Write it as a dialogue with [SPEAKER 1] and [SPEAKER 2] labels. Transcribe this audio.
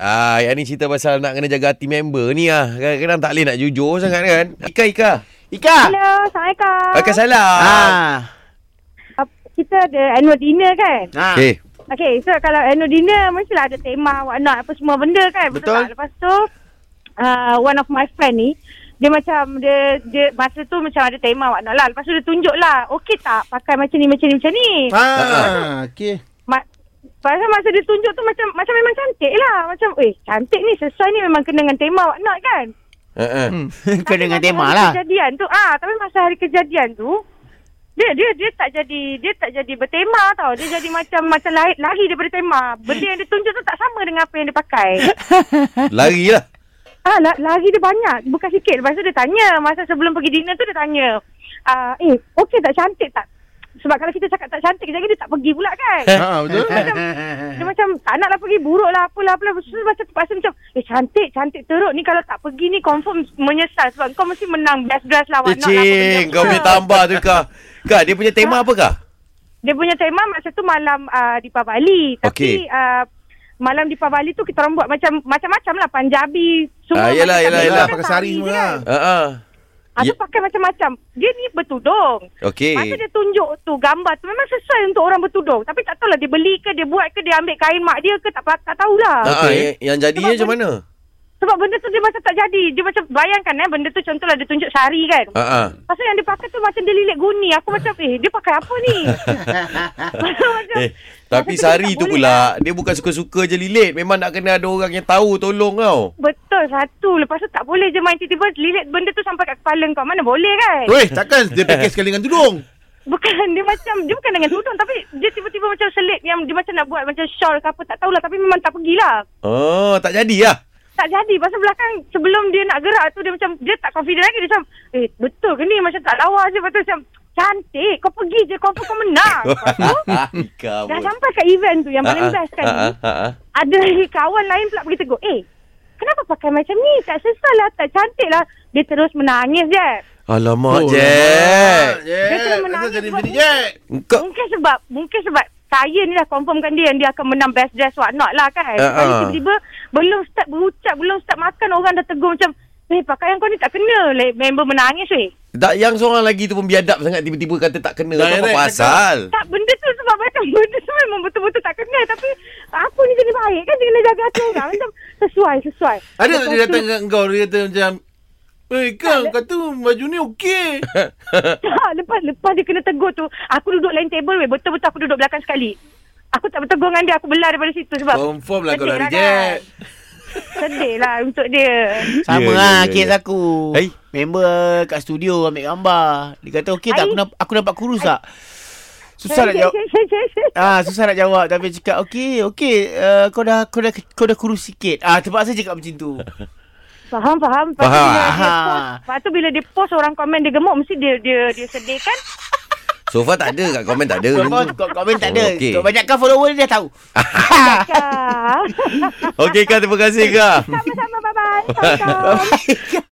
[SPEAKER 1] Ah, yang ni cerita pasal nak kena jaga hati member ni ah. Kadang-kadang tak boleh nak jujur sangat kan. Ika Ika.
[SPEAKER 2] Ika.
[SPEAKER 3] Hello, Assalamualaikum.
[SPEAKER 1] Pakai salam.
[SPEAKER 2] Ah.
[SPEAKER 3] Ap- Kita ada annual dinner kan?
[SPEAKER 2] Ah.
[SPEAKER 1] Okey.
[SPEAKER 3] Okay, so kalau annual dinner, mestilah ada tema, what not, apa semua benda kan?
[SPEAKER 2] Betul.
[SPEAKER 3] tak? Lepas tu, uh, one of my friend ni, dia macam, dia, dia masa tu macam ada tema, what not lah. Lepas tu dia tunjuk lah, okay tak pakai macam ni, macam ni, macam ni.
[SPEAKER 2] Ah, okey.
[SPEAKER 3] Ma- Pasal masa dia tunjuk tu macam macam memang cantik lah. Macam, eh cantik ni sesuai ni memang kena dengan tema what not kan?
[SPEAKER 1] Ha ah.
[SPEAKER 2] Hmm. Kau
[SPEAKER 3] Tapi
[SPEAKER 2] dengan
[SPEAKER 3] masa
[SPEAKER 2] tema
[SPEAKER 3] hari
[SPEAKER 2] lah.
[SPEAKER 3] Kejadian tu ah, tapi masa hari kejadian tu dia dia dia tak jadi dia tak jadi bertema tau. Dia jadi macam macam lari, lari daripada tema. Benda yang dia tunjuk tu tak sama dengan apa yang dia pakai.
[SPEAKER 1] Larilah.
[SPEAKER 3] ah, la, lari dia banyak, bukan sikit. Lepas tu dia tanya, masa sebelum pergi dinner tu dia tanya, ah, eh, okey tak cantik tak? Sebab kalau kita cakap tak cantik, jadi dia tak pergi pula kan?
[SPEAKER 2] Ah, betul.
[SPEAKER 3] Dia macam tak naklah pergi buruk lah apalah apalah. Lepas tu macam terpaksa macam eh cantik cantik teruk ni kalau tak pergi ni confirm menyesal sebab kau mesti menang best dress lah
[SPEAKER 1] Eh,
[SPEAKER 3] whatnot lah, apa benda
[SPEAKER 1] cing, kau
[SPEAKER 3] semua.
[SPEAKER 1] punya tambah tu Ika. Ika, dia punya tema apa Kak?
[SPEAKER 3] Dia punya tema masa tu malam uh, Deepavali tapi
[SPEAKER 1] Okey.
[SPEAKER 3] uh, malam Deepavali tu kita orang buat macam macam-macam lah Punjabi
[SPEAKER 1] Ah,
[SPEAKER 3] semua.
[SPEAKER 1] yelah,
[SPEAKER 3] macam
[SPEAKER 1] yelah,
[SPEAKER 3] tak
[SPEAKER 1] yelah.
[SPEAKER 3] pakai
[SPEAKER 2] Pakai sari
[SPEAKER 3] je
[SPEAKER 2] semua lah.
[SPEAKER 3] kan.
[SPEAKER 1] Ha ah.
[SPEAKER 3] Ah,
[SPEAKER 1] Ye-
[SPEAKER 3] tu
[SPEAKER 1] Eh.
[SPEAKER 3] pakai macam-macam. Dia ni bertudung.
[SPEAKER 1] Okey.
[SPEAKER 3] Masa dia tunjuk tu gambar tu memang sesuai untuk orang bertudung. Tapi tak tahulah dia beli ke dia buat ke dia ambil kain mak dia ke tak, tak tahulah.
[SPEAKER 1] Ha ah,
[SPEAKER 2] Okey.
[SPEAKER 1] yang- yang jadi
[SPEAKER 3] Sebab
[SPEAKER 1] macam
[SPEAKER 3] benda-
[SPEAKER 1] mana?
[SPEAKER 3] Sebab benda tu dia macam tak jadi. Dia macam bayangkan eh benda tu contohlah dia tunjuk sari kan.
[SPEAKER 1] Ha ah.
[SPEAKER 3] Pasal yang dia pakai tu macam dia lilit guni. Aku macam eh dia pakai apa ni? macam,
[SPEAKER 1] Eh, tapi
[SPEAKER 3] masa tu
[SPEAKER 1] Sari
[SPEAKER 3] dia tak
[SPEAKER 1] tu
[SPEAKER 3] boleh
[SPEAKER 1] pula dia bukan suka-suka je lilit. Memang nak kena ada orang yang tahu tolong tau.
[SPEAKER 3] Betul satu. Lepas tu tak boleh je main tiba-tiba lilit benda tu sampai kat kepala kau. Mana boleh kan?
[SPEAKER 2] Weh, takkan dia pakai sekali dengan tudung.
[SPEAKER 3] Bukan dia macam dia bukan dengan tudung tapi dia tiba-tiba macam selit yang dia macam nak buat macam shawl ke apa tak tahulah tapi memang tak pergilah.
[SPEAKER 1] Oh, tak jadi lah.
[SPEAKER 3] tak jadi pasal belakang sebelum dia nak gerak tu dia macam dia tak confident lagi dia macam eh betul ke ni macam tak lawa je lepas tu macam cantik kau pergi je kau kau menang Lepas tu,
[SPEAKER 1] Ika
[SPEAKER 3] dah
[SPEAKER 1] pun.
[SPEAKER 3] sampai kat event tu yang paling
[SPEAKER 1] Ah, ah,
[SPEAKER 3] best kan
[SPEAKER 1] ah, ah, ah.
[SPEAKER 3] ada lagi kawan lain pula pergi tegur eh kenapa pakai macam ni tak sesuai lah tak cantik lah dia terus menangis je
[SPEAKER 1] Alamak,
[SPEAKER 2] Oh, alamak, Jack.
[SPEAKER 1] Jack. Ya,
[SPEAKER 3] Dia kena
[SPEAKER 2] Asal
[SPEAKER 3] menangis
[SPEAKER 2] jadi
[SPEAKER 3] buat
[SPEAKER 2] bini
[SPEAKER 3] ni.
[SPEAKER 2] Jack.
[SPEAKER 1] Engkau
[SPEAKER 3] mungkin sebab mungkin sebab saya ni dah confirmkan dia yang dia akan menang best dress what not lah
[SPEAKER 1] Ah,
[SPEAKER 3] kan. Sekali
[SPEAKER 1] ah.
[SPEAKER 3] tiba-tiba belum start berucap, belum start makan orang dah tegur macam Eh pakaian kau ni tak kena Like, Member menangis weh
[SPEAKER 1] tak yang seorang lagi tu pun biadab sangat tiba-tiba kata tak kena. Direct, apa
[SPEAKER 2] Direct
[SPEAKER 1] pasal?
[SPEAKER 3] Tak benda tu sebab macam Benda tu memang betul-betul tak kena Tapi Aku ni jadi baik kan Dia kena jaga hati orang Macam sesuai sesuai
[SPEAKER 2] Ada tak
[SPEAKER 3] Lepas
[SPEAKER 2] dia
[SPEAKER 3] tu-
[SPEAKER 2] datang dengan kau dia kata macam Eh Kang kata baju ni okey.
[SPEAKER 3] Tak, lepas lepas dia kena tegur tu, aku duduk lain table weh. Betul-betul aku duduk belakang sekali. Aku tak bertegur dengan dia, aku belah daripada situ sebab
[SPEAKER 2] Confirm lah kau
[SPEAKER 3] sedih
[SPEAKER 2] lari
[SPEAKER 3] kan.
[SPEAKER 2] Jack.
[SPEAKER 3] Sedih lah untuk dia.
[SPEAKER 1] Ya,
[SPEAKER 4] Sama
[SPEAKER 1] ya,
[SPEAKER 4] lah
[SPEAKER 1] ya,
[SPEAKER 4] kes
[SPEAKER 1] ya.
[SPEAKER 4] aku.
[SPEAKER 1] Hai.
[SPEAKER 4] Member kat studio ambil gambar. Dia kata okey tak
[SPEAKER 3] Hai.
[SPEAKER 4] aku, namp- aku nampak kurus tak? Susah nak
[SPEAKER 3] Cik,
[SPEAKER 4] jawab.
[SPEAKER 3] cik, cik, cik, cik.
[SPEAKER 4] Ah susah nak jawab tapi cakap okey okey uh, kau dah kau dah kau dah kurus sikit. Ah terpaksa cakap macam tu.
[SPEAKER 3] Faham, faham. Lepas tu
[SPEAKER 1] Faham.
[SPEAKER 3] bila dia
[SPEAKER 4] Ah.
[SPEAKER 3] post, lepas tu bila dia post orang komen dia gemuk, mesti dia dia dia sedih kan?
[SPEAKER 1] So far tak ada kat komen tak ada.
[SPEAKER 4] Kau kau komen tak ada.
[SPEAKER 1] Oh, okey.
[SPEAKER 4] Kau banyakkan follower dia dah tahu.
[SPEAKER 3] Kak.
[SPEAKER 1] Okey Kak, terima kasih Kak.
[SPEAKER 3] Sama-sama, bye-bye. Assalamualaikum.